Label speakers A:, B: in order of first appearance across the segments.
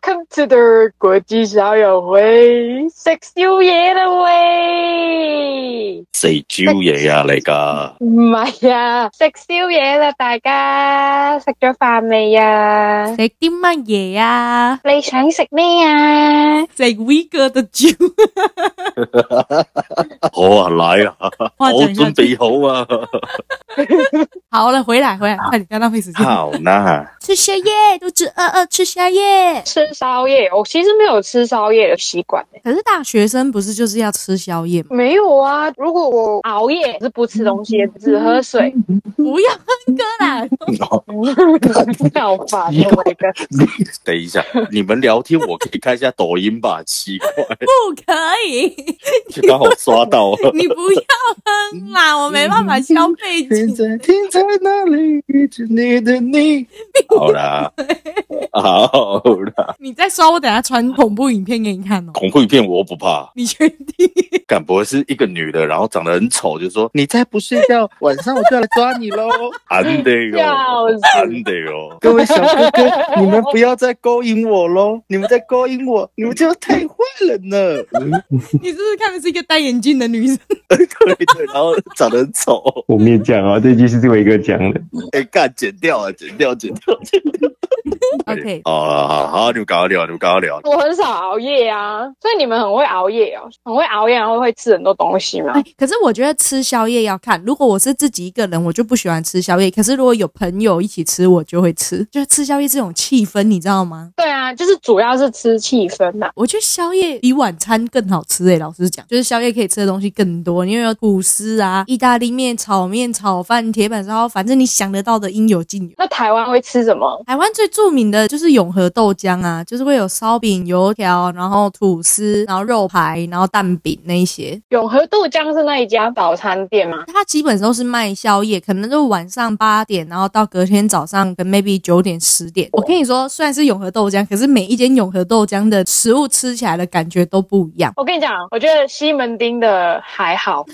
A: 今次對嗰支手遊喂，食宵夜啦喂！
B: 四招嘢啊嚟噶，
A: 唔係啊，食宵夜啦大家，食咗飯未啊？
C: 食啲乜嘢啊？
A: 你想食咩啊？
C: 食 Vega 的酒，
B: 好啊来啊，
C: 哇
B: 我准备 好啊，
C: 好了，回来回来，快点，不要浪费时间。
B: 好呢，
C: 吃宵夜，肚子饿饿吃宵夜。
A: 吃宵夜，我其實沒有吃宵夜的習慣欸
C: 可是大学生不是就是要吃宵夜吗？
A: 沒有啊。如果我熬夜是不吃東西，只喝 水，
B: 嗯
C: 不要哼歌啦，
A: 嗯好煩哦！我 的
B: 等一下，你们聊天我可以看一下抖音吧，奇怪，
C: 不可 以，
B: 刚好刷到了。
C: 你不要哼啦，我没办法消背景。
B: 在停在那里，遇见你的你。好啦，好啦，
C: 你再说，我等下传恐怖影片给你看哦。
B: 恐怖片我不怕。
C: 你确定？
B: 敢不会是一个女的，然后长得很丑，就说你再不睡觉，晚上我就要来抓你喽。 安的哟，
A: 笑死
B: 安的哦哟，各位小哥哥，你们不要再勾引我喽！你们再勾引我，你们就太坏了呢。嗯
C: 你是不是看的是一个戴眼镜的女生？
B: 对对，然后长得很丑，
D: 我没有讲啊，这句是这伟哥讲的。
B: 哎、干剪掉啊，剪掉，剪掉。
C: OK
B: 好了，好好，你们赶快聊，你们赶快聊。
A: 我很少熬夜啊，所以你们很会熬夜哦，很会熬夜，然后会吃很多东西嘛
C: 哎。，可是我觉得吃宵夜要看，如果我是自己一个人，我就不喜欢吃宵夜。可是如果有朋友一起吃，我就会吃。就是吃宵夜这种气氛，你知道吗？
A: 对啊，就是主要是吃气氛呐、
C: 我觉得宵夜比晚餐更好吃诶、哎老实讲，就是宵夜可以吃的东西更多，因为有吐司啊、意大利面、炒面、炒饭、铁板烧，反正你想得到的应有尽有。
A: 那台湾会吃什么？
C: 台湾最著名的就是永和豆浆啊，就是会有烧饼、油条，然后吐司，然后肉排，然后蛋饼那一些。
A: 永和豆浆是那一家早餐店吗？
C: 它基本都是卖宵夜，可能就晚上八点，然后到隔天早上跟 maybe 九点十点。我跟你说，虽然是永和豆浆，可是每一间永和豆浆的食物吃起来的感觉都不一样。
A: 我跟你讲，我觉得西门町的还好，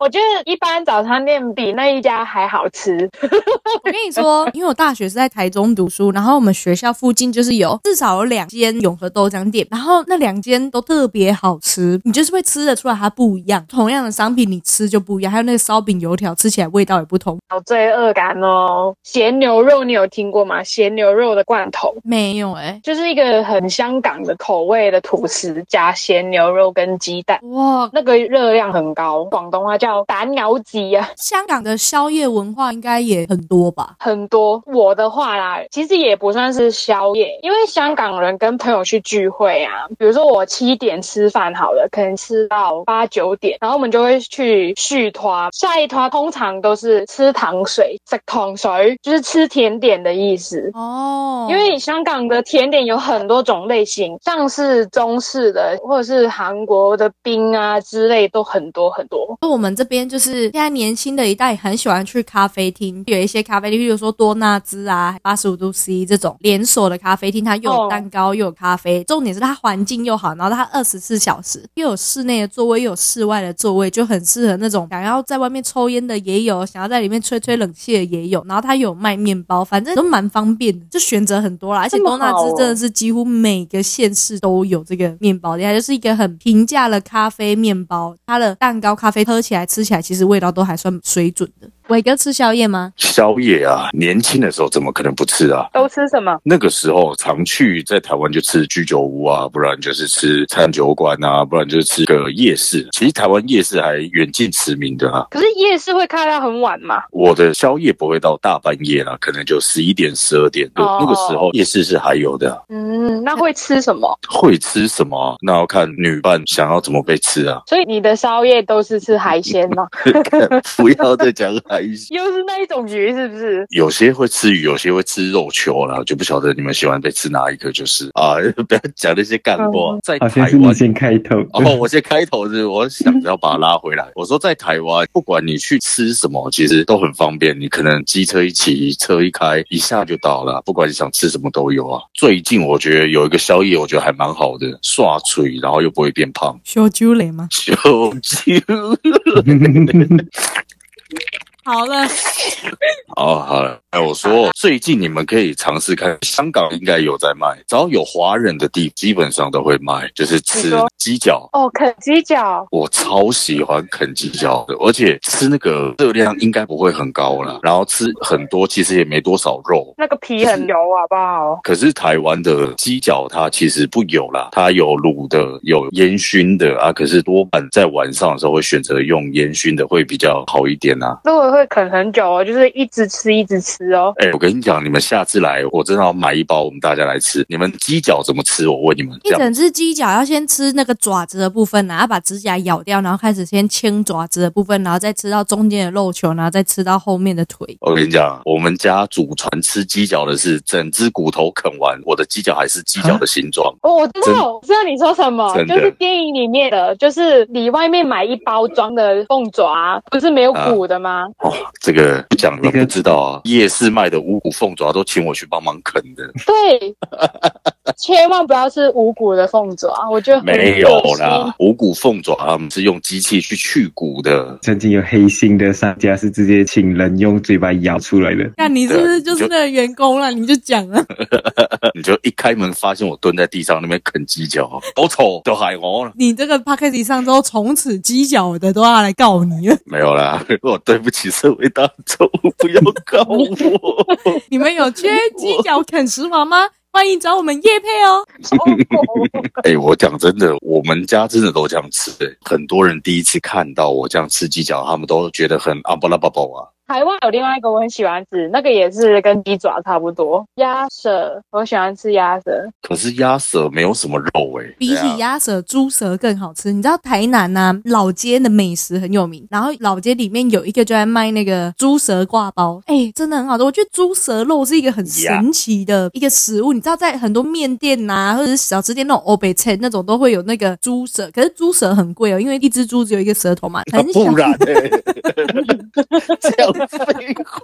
A: 我觉得一般早餐店比那一家还好吃。
C: 我跟你说，因为我大学是在台中读书，然后我们学校附近就是有至少有两间永和豆浆店，然后那两间都特别好吃，你就是会吃得出来它不一样。同样的商品你吃就不一样，还有那个烧饼油条吃起来味道也不同。
A: 好罪恶感哦！咸牛肉你有听过吗？咸牛肉的罐头
C: 没有哎、
A: 就是一个很香港的口味的吐司，加咸牛肉跟鸡蛋，
C: 哇，
A: 那个热量很高，广东话叫蛋牛鸡啊。
C: 香港的宵夜文化应该也很多吧？
A: 很多。我的话啦，其实也不算是宵夜，因为香港人跟朋友去聚会啊，比如说我七点吃饭好了，可能吃到八九点，然后我们就会去续团。下一团通常都是吃糖水，食糖水就是吃甜点的意思。
C: 哦
A: 因为香港的甜点有很多种类型，像是中式的或者是韩国的冰啊之类，都很多很多。
C: 我们这边就是现在年轻的一代很喜欢去咖啡厅，有一些咖啡厅，比如说多纳兹啊、八十五度 C 这种连锁的咖啡厅，它又有
A: 哦
C: 蛋糕又有咖啡，重点是它环境又好，然后它二十四小时又有室内的座位又有室外的座位，就很适合那种想要在外面抽烟的也有，想要在里面吹吹冷气的也有，然后它有卖面包，反正都蛮方便的，就选择很多啦。而且
A: 这么
C: 多纳
A: 好
C: 兹
A: 哦
C: 真的是几乎每个县市都有这个面包店，它就是一个很平价的咖啡面包，它的蛋糕、咖啡喝起来、吃起来，其实味道都还算水准的。伟哥吃宵夜吗？
B: 宵夜啊，年轻的时候怎么可能不吃啊？
A: 都吃什么？
B: 那个时候常去在台湾就吃居酒屋啊，不然就是吃餐酒馆啊，不然就是吃个夜市。其实台湾夜市还远近驰名的啊。
A: 可是夜市会开到很晚嘛？
B: 我的宵夜不会到大半夜啦，可能就十一点、十二点。对
A: 哦
B: 那个时候夜市是还有的。
A: 嗯，那会吃什么？。
B: 会吃什么？那要看女伴想要怎么被吃啊
A: 所以你的宵夜都是吃海鲜吗？
B: 不要再讲海鲜。
A: 又是那一种鱼，是不是？
B: 有些会吃鱼，有些会吃肉球啦，我就不晓得你们喜欢被吃哪一个，就是啊， 不要讲那些干
A: 哦
B: 话，在
D: 好像
B: 台
D: 是你哦
B: 湾。
D: 啊先开头，
B: 哦，我先开头是，我想着要把它拉回来。我说在台湾，不管你去吃什么，其实都很方便。你可能机车一骑，车一开，一下就到了。不管你想吃什么都有啊。最近我觉得有一个宵夜，我觉得还蛮好的，刷嘴，然后又不会变胖。
C: 小酒类吗？
B: 就就
C: 好了，
B: 哦，好了，哎，我说最近你们可以尝试看，香港应该有在卖，只要有华人的地，基本上都会卖，就是
A: 你
B: 吃
A: 说
B: 鸡脚。
A: 哦，啃鸡脚，
B: 我超喜欢啃鸡脚的，而且吃那个热量应该不会很高啦，然后吃很多其实也没多少肉。
A: 那个皮很油，好不好？
B: 可是台湾的鸡脚它其实不油啦，它有卤的，有烟熏的啊。可是多半在晚上的时候会选择用烟熏的，会比较好一点啊。
A: 那我会啃很久哦，就是一直吃一直吃哦。
B: 哎、我跟你讲，你们下次来，我真的要买一包，我们大家来吃。你们鸡脚怎么吃？我问你们，
C: 一
B: 这样
C: 整只鸡脚要先吃那个爪子的部分啊，然后把指甲咬掉，然后开始先清爪子的部分，然后再吃到中间的肉球，然后再吃到后面的腿。
B: 我跟你讲，我们家祖传吃鸡脚的是整只骨头啃完，我的鸡脚还是鸡脚的形状。
A: 哦，我知
B: 真
A: 道，我知道你说什么，
B: 真的
A: 就是电影里面的，就是你外面买一包装的凤爪，啊不是没有骨的吗？
B: 哦，这个不讲你们不知道啊，夜市卖的五谷凤爪都请我去帮忙啃 的，
A: 对，千万不要吃无骨的凤爪，我觉得很
B: 没有
A: 恶
C: 啊
A: 心
B: 啦。五谷凤爪他们是用机器去去骨的。
D: 曾经有黑心的商家是直接请人用嘴巴咬出来的，
C: 看你是不是就是
B: 对
C: 那个员工了？你就讲了，呃
B: 你就一开门发现我蹲在地上那边啃鸡脚，好丑，都害我了。
C: 你这个 p a c k a g e 上之后，从此鸡脚的都要来告你了。
B: 没有啦， 我对不起社会大众，不要告我。
C: 你们有缺 鸡脚啃食王吗？欢迎找我们叶配哦。
A: 哦
B: 哎、我讲真的，我们家真的都这样吃、欸。很多人第一次看到我这样吃鸡脚，他们都觉得很阿巴拉巴巴啊。
A: 台湾有另外一个我很喜欢吃，那个也是跟鸡爪差不多，鸭舌，我喜欢吃鸭舌。
B: 可是鸭舌没有什么肉哎、欸，
C: 比
B: 对
C: 起
B: 啊
C: 鸭舌，猪舌更好吃。你知道台南呐、老街的美食很有名，然后老街里面有一个就在卖那个猪舌挂包，哎、真的很好吃。我觉得猪舌肉是一个很神奇的一个食物。你知道，在很多面店呐、或者是小吃店那种欧北菜那种都会有那个猪舌，可是猪舌很贵哦，因为一只猪只有一个舌头嘛，
B: 啊
C: 很 小。
B: 不然、欸，这样废话。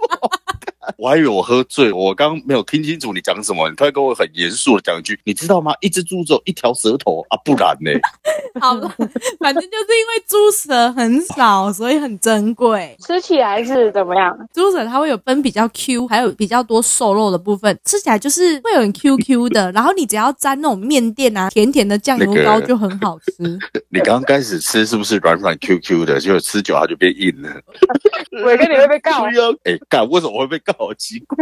B: 我还以为我喝醉，我刚刚没有听清楚你讲什么。你突然跟我很严肃的讲一句，你知道吗？一只猪只有一条舌头啊，不然 呢、
C: 好了，反正就是因为猪舌很少，所以很珍贵。
A: 吃起来是怎么样？
C: 猪舌它会有分比较 Q，还有比较多瘦肉的部分，吃起来就是会有很 Q Q 的。然后你只要沾那种面店啊，甜甜的酱油
B: 那
C: 膏
B: 个
C: 就很好吃。
B: 你刚开始吃是不是软软 Q Q 的？结果吃久它就变硬了。嗯
A: 伟哥，你会被告
B: 不。要
C: 啊
B: 哎，干、为什么会被告？好奇怪，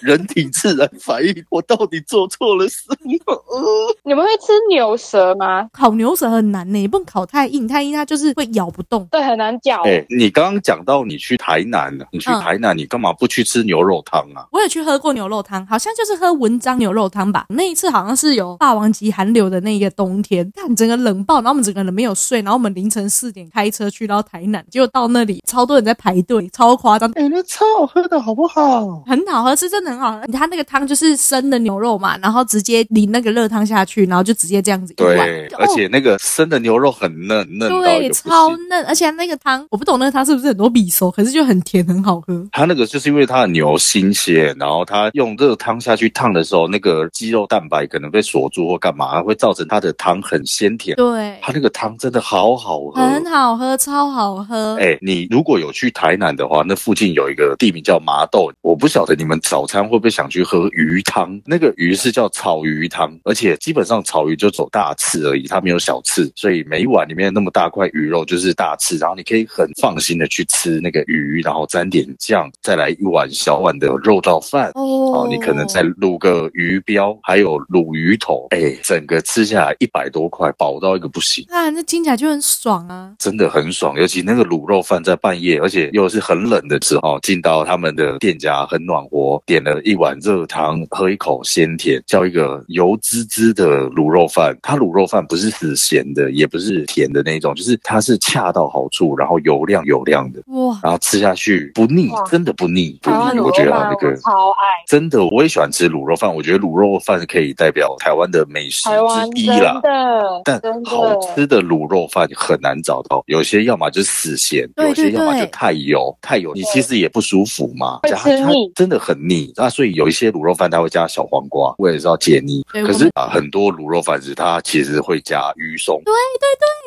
B: 人体自然反应，我到底做错了什么？呃
A: 你们会吃牛舌吗？
C: 烤牛舌很难呢、也不能烤太硬，太硬它就是会咬不动。
A: 对，很难嚼。
B: 哎、你刚刚讲到你去台南了，你去
C: 嗯
B: 台南，你干嘛不去吃牛肉汤啊？
C: 我有去喝过牛肉汤，好像就是喝文章牛肉汤吧。那一次好像是有霸王级寒流的那个冬天，看整个冷爆，然后我们整个人没有睡，然后我们凌晨四点开车去到台南，结果到那里超多人在排队，超夸张。
B: 哎、那超好喝的好不好？
C: 很好喝，是真的很好喝。它那个汤就是生的牛肉嘛，然后直接淋那个热汤下去，然后就直接这样子一碗，
B: 对，
C: 哦
B: 而且那个生的牛肉很嫩，嫩到一
C: 对
B: 个不
C: 超
B: 行。
C: 嫩，而且那个汤我不懂那个汤是不是很多米熟，可是就很甜，很好喝。
B: 它那个就是因为它的牛新鲜，然后它用热汤下去烫的时候，那个肌肉蛋白可能被锁住或干嘛，会造成它的汤很鲜甜。
C: 对，
B: 它那个汤真的好好喝，
C: 很好喝，超好喝。
B: 哎、你如果有去台南的话，那附近有一个地名叫麻豆，我不晓得你们早餐会不会想去喝鱼汤？那个鱼是叫草鱼汤，而且基本上草鱼就走大刺而已，它没有小刺，所以每一碗里面那么大块鱼肉就是大刺，然后你可以很放心的去吃那个鱼，然后沾点酱，再来一碗小碗的肉燥饭。
C: 哦
B: 哦，你可能再卤个鱼标，还有卤鱼头，哎、整个吃下来一百多块，饱到一个不行。
C: 啊，那听起来就很爽啊。
B: 真的很爽，尤其那个卤肉饭在半夜，而且又是很冷的时候，进到他们的店家很暖和，点了一碗热汤，喝一口鲜甜，叫一个油滋滋的卤肉饭。它卤肉饭不是死咸的，也不是甜的那种，就是它是恰到好处，然后油亮油亮的，
C: 哇，
B: 然后吃下去不腻
A: 哇，
B: 真的不腻，不
A: 台湾
B: 腻。
A: 卤
B: 我觉
A: 肉
B: 得它
A: 饭
B: 那
A: 我
B: 个。
A: 超爱，
B: 真的，我也喜欢吃卤肉饭。我觉得卤肉饭可以代表台湾的美食
A: 台湾
B: 之一
A: 真
B: 啦。
A: 的，
B: 但
A: 真
B: 好
A: 的。
B: 吃的卤肉饭很难找到，有些要么就是死咸，
C: 对
B: 有些
C: 对
B: 要么
C: 对
B: 就太油，太油你其实也不舒服嘛，
A: 会
B: 加
A: 吃
B: 加
A: 腻腻。
B: 真的很腻。那所以有一些卤肉饭它会加小黄瓜，为了是要解腻。
C: 对
B: 可
C: 我
B: 是
C: 们
B: 啊，很多卤肉饭是它其实会加鱼松。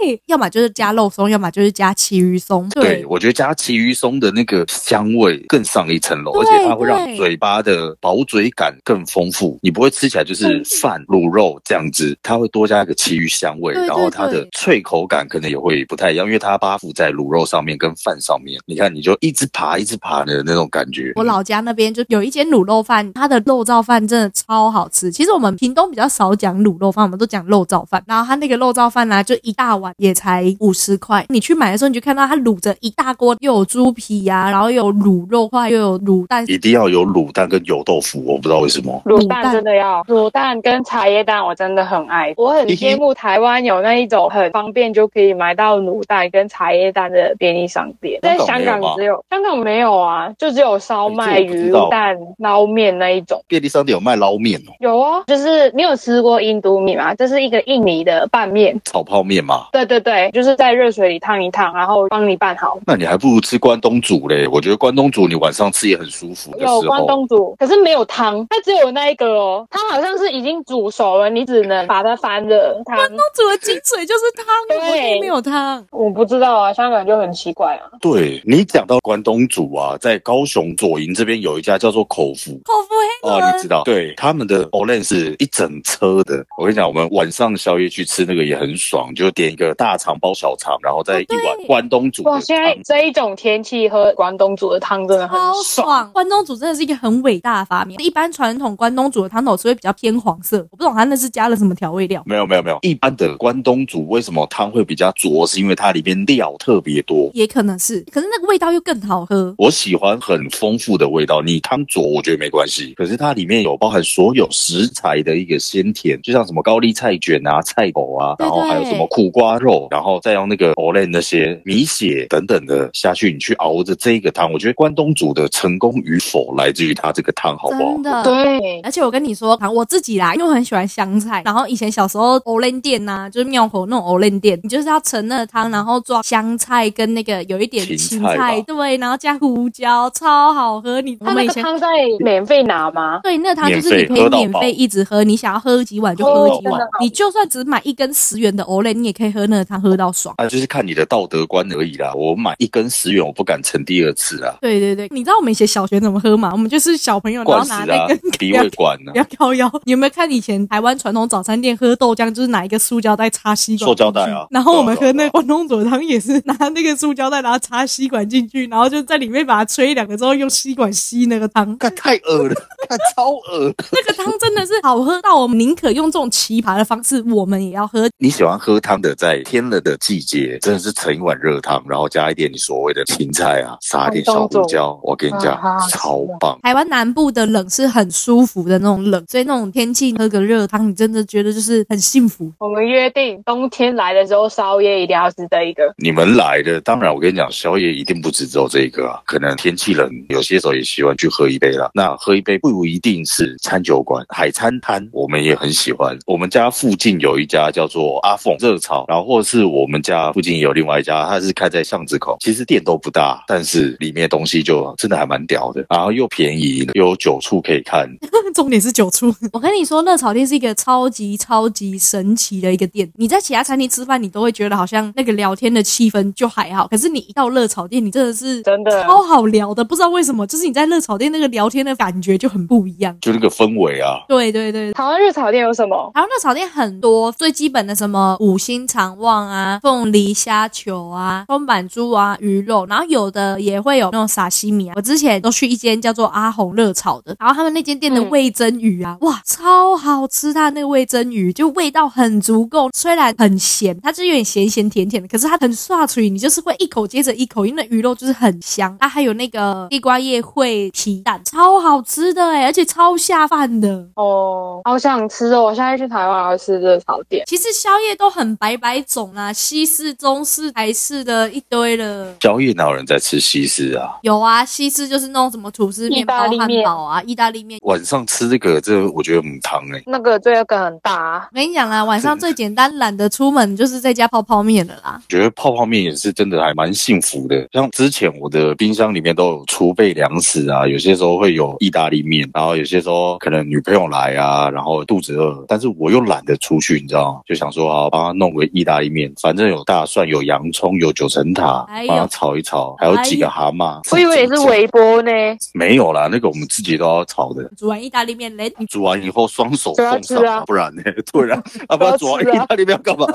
C: 对，要么就是加肉松，要么就是加奇鱼松。
B: 对，我觉得加奇鱼松的那个香味更上一层楼，
C: 对
B: 而且它会让
C: 对
B: 嘴巴的饱嘴感更丰富。你不会吃起来就是
A: 嗯
B: 饭、卤肉这样子，它会多加一个奇鱼香味，
C: 对
B: 然后它的
C: 对
B: 脆口感可能也会不太一样，因为它扒附在卤肉上面跟饭上面。你看，你就一直爬一直爬的那种感觉。
C: 我老家那边就有一间卤肉饭，它的肉燥饭真的超好吃。其实我们屏东比较少讲卤肉饭，我们都讲肉燥饭。然后它那个肉燥饭呢、就一大碗也才五十块。你去买的时候，你就看到它卤着一大锅，又有猪皮呀、然后又有卤肉块，又有卤蛋。
B: 一定要有卤蛋跟油豆腐，我不知道为什么。
A: 卤
C: 卤蛋
A: 蛋真的要，卤蛋跟茶叶蛋我真的很爱，我很羡慕台湾有那一种很方便就可以买到卤蛋跟茶叶蛋的便利商店，在
B: 香港
A: 香
B: 没有
A: 港只有香
B: 吗
A: 港没有啊，就只有烧麦、
B: 哎这我不知
A: 鱼
B: 道
A: 蛋、捞面那一种。
B: 便利商店有卖捞面哦，
A: 有哦，就是你有吃过印度米吗？这是一个印尼的拌面，
B: 炒泡面嘛。
A: 对对对，就是在热水里烫一烫，然后帮你拌好。
B: 那你还不如吃关东煮嘞。我觉得关东煮你晚上吃也很舒服的时
A: 有
B: 候。
A: 关东煮，可是没有汤，它只有那一个哦，它好像是已经煮熟了，你只能把它翻了汤。
C: 煮的精髓就是汤，
A: 对
C: 我就没有汤。
A: 我不知道啊，香港就很奇怪啊。
B: 对你讲到关东煮啊，在高雄左营这边有一家叫做口福。
C: 口服黑
B: 哦，
C: 人
B: 你知
A: 嗯
B: 道，对，他们的 o l e n 是一整车的。我跟你讲，我们晚上宵夜去吃那个也很爽，就点一个大肠包小肠，然后再
C: 哦
B: 一
C: 对
B: 碗关东煮的
A: 哇，现在
B: 汤
A: 这一种天气喝关东煮的汤真的很
C: 超爽！关东煮真的是一个很伟大的发明。一般传统关东煮的汤头是会比较偏黄色，我不懂它那是加了什么调味料。
B: 没有没有没有，一般的关东煮为什么汤会比较浊？是因为它里面料特别多。
C: 也可能是，可是那个味道又更好喝。
B: 我喜欢很丰富的味道，你汤浊我觉得没关系，可是它里面有包含所有食材的一个鲜甜，就像什么高丽菜卷啊、菜狗啊，
C: 对
B: 然后还有
C: 对
B: 什么苦瓜肉，然后再用那个 olen 那些米血等等的下去，你去熬着这个汤，我觉得关东煮的成功与否来自于它这个汤好不好
C: 真？的。
A: 对，
C: 而且我跟你说，我自己啦，因为我很喜欢香菜。然后以前小时候欧伦店呐、就是庙口那种欧伦店，你就是要盛那个汤，然后抓香菜跟那个有一点
B: 芹菜
C: 芹
B: 吧
C: 菜，对，然后加胡椒，超好喝。你我
A: 它
C: 们
A: 那
C: 以
A: 个
C: 前
A: 汤在免费拿吗？
C: 对那个汤就是
B: 免费
C: 你可以
B: 喝到
C: 免
B: 饱
C: 费一直喝，你想要喝几碗就喝
B: 哦
C: 几碗
A: 真的好。
C: 你就算只买一根十元的欧伦，你也可以喝那个汤喝到爽。
B: 啊，就是看你的道德观而已啦。我买一根十元，我不敢盛第二次啊。
C: 对对对，你知道我们以前小学怎么喝吗？ 我们就是小朋友，然
B: 罐
C: 后
B: 子
C: 拿那
B: 啊
C: 根，
B: 鼻胃管啊
C: 不，要靠腰。你有没有看以前台湾传统早餐店喝豆浆，就是拿一个塑胶袋插吸管，
B: 塑胶袋啊
C: 然后我们
B: 对啊
C: 喝
B: 对啊
C: 那个关东煮的汤也是拿那个塑胶袋，然后插吸管进去，然后就在里面把它吹两个之后，用吸管吸那个汤。
B: 看 太恶了，看超恶。
C: 那个汤真的是好喝到我们宁可用这种奇葩的方式，我们也要喝。
B: 你喜欢喝汤的，在天冷的季节，真的是盛一碗热汤，然后加一点你所谓的芹菜啊，撒一点小胡椒，我跟你讲
A: 啊好，
B: 超棒。
C: 台湾南部的冷是很舒服的那种冷，所以那种天气喝个热汤，你真的觉得就是很幸福。
A: 我们约定冬天来的时候烧夜一定要吃这一个。
B: 你们来的，当然我跟你讲，宵夜一定不止只有这个啊，可能天气冷，有些时候也喜欢去喝一杯啦。那喝一杯不一定是餐酒馆，海餐摊我们也很喜欢。我们家附近有一家叫做阿凤热炒，然后或者是我们家附近有另外一家，它是开在巷子口，其实店都不大，但是里面东西就真的还蛮屌的，然后又便宜，又有酒处可以看，
C: 重点是酒醋。我跟你说，热炒店是一个超级超级神奇的一个店。你在其他餐厅吃饭，你都会觉得好像那个聊天的气氛就还好，可是你一到热炒店，你真的是
A: 真的
C: 超好聊的，不知道为什么，就是你在热炒店那个聊天的感觉就很不一样。
B: 就那个氛围啊，
C: 对对对。
A: 台湾热炒店有什么？
C: 台湾热炒店很多，最基本的什么五星肠旺啊、凤梨虾球啊、松板猪啊、鱼肉，然后有的也会有那种沙西米啊。我之前都去一间叫做阿红热炒的，然后他们那间店的
A: 嗯
C: 味蒸鱼啊，哇，超好吃！它的那个味蒸鱼就味道很足够，虽然很咸，它就是有点咸咸甜甜的，可是它很刷嘴，你就是会一口接着一口，因为那鱼肉就是很香。啊它还有那个地瓜叶烩皮蛋，超好吃的哎、而且超下饭的。
A: 哦，好想吃哦！我现在去台湾要吃热炒店。
C: 其实宵夜都很百百种啦、西式、中式、台式的一堆了。
B: 宵夜哪有人在吃西式啊？
C: 有啊，西式就是那种什么吐司、面包、
A: 意大利
C: 汉
A: 面
C: 堡啊，意大利面。
B: 晚上吃这个，这我觉得很汤哎、
A: 那个罪恶感很大、啊，
C: 我跟你讲啦，晚上最简单，懒得出门，就是在家泡泡面了啦。
B: 觉得泡泡面也是真的还蛮幸福的。像之前我的冰箱里面都有储备粮吃啊，有些时候会有意大利面，然后有些时候可能女朋友来啊，然后肚子饿，但是我又懒得出去，你知道吗？就想说好帮她弄个意大利面，反正有大蒜、有洋葱、有九层塔
C: 哎，呦
B: 帮她炒一炒，还有几个蛤蟆。
A: 我以为也是微波呢，
B: 没有啦，那个我们自己都要炒的。
C: 煮完意大利面嘞，
B: 煮完以后双手
A: 对啊
B: 奉上
A: 吃啊
B: 不然呢？对 啊，啊不
A: 不
B: 然
A: 要
B: 煮完
A: 吃啊
B: 意大利面要 干嘛？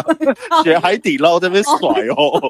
B: 学海底捞在那边甩哦，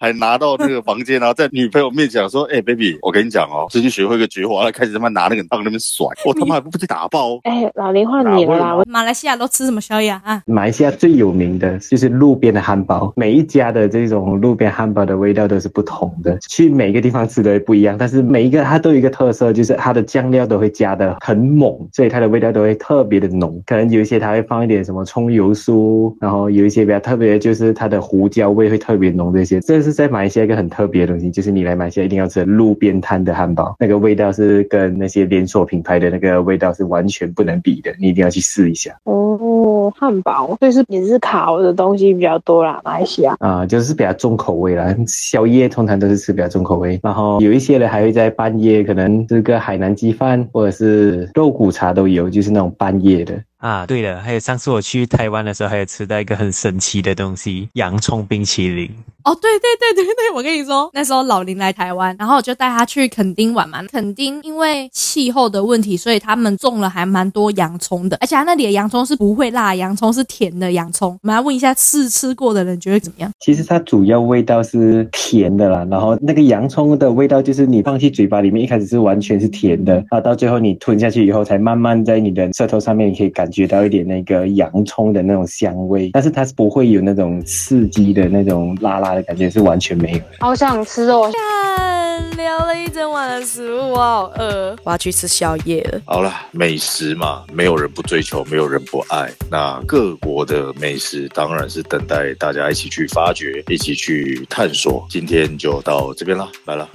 B: 还拿到那个房间，然后在女朋友面前说：“哎、b a b y 我跟你讲哦，最近学会一个绝活，然后开始他妈拿那个当那边甩，我他妈还不被打爆。”哦
A: 哎、老林换你了
B: 哪
A: 啦，
B: 会
A: 我
C: 马来西亚都吃什么宵夜啊？
E: 马来西亚最有名的就是路边的汉堡，每一家的这种路边汉堡的味道都是不同的，去每个地方吃的不一样，但是每一个它都有一个特色，就是它的酱料都会加的很猛，所以它的味道都会特别的浓。可能有一些它会放一点什么葱油酥，然后有一些比较特别的就是它的胡椒味会特别浓，这些这是在马来西亚一个很特别的东西，就是你来马来西亚一定要吃的路边摊的汉堡，那个味道是跟那些连锁品牌的那个味道是完全不能比的，你一定要去试一下。
A: 哦，汉堡，所以是也是烤的东西比较多啦，马来西亚。
E: 啊、就是比较重口味啦。宵夜通常都是吃比较重口味，然后有一些人还会在半夜可能吃个海南鸡饭或者是肉骨茶都有，就是那种半夜的。
F: 啊，对了，还有上次我去台湾的时候，还有吃到一个很神奇的东西——洋葱冰淇淋。
C: 哦，对对对对对，我跟你说， 那时候老林来台湾，然后我就带他去垦丁玩嘛。垦丁因为气候的问题，所以他们种了还蛮多洋葱的，而且他那里的洋葱是不会辣，洋葱是甜的洋葱。我们来问一下试吃过的人觉得怎么样？
E: 其实它主要味道是甜的啦，然后那个洋葱的味道就是你放进嘴巴里面，一开始是完全是甜的，啊，到最后你吞下去以后，才慢慢在你的舌头上面，你可以感觉到一点那个洋葱的那种香味，但是它是不会有那种刺激的那种辣辣的感觉，是完全没有的。
A: 好想吃哦！
G: 看，聊了一整晚的食物，我好饿，我要去吃宵夜了。
B: 好啦，美食嘛，没有人不追求，没有人不爱。那各国的美食当然是等待大家一起去发掘，一起去探索。今天就到这边啦，拜了。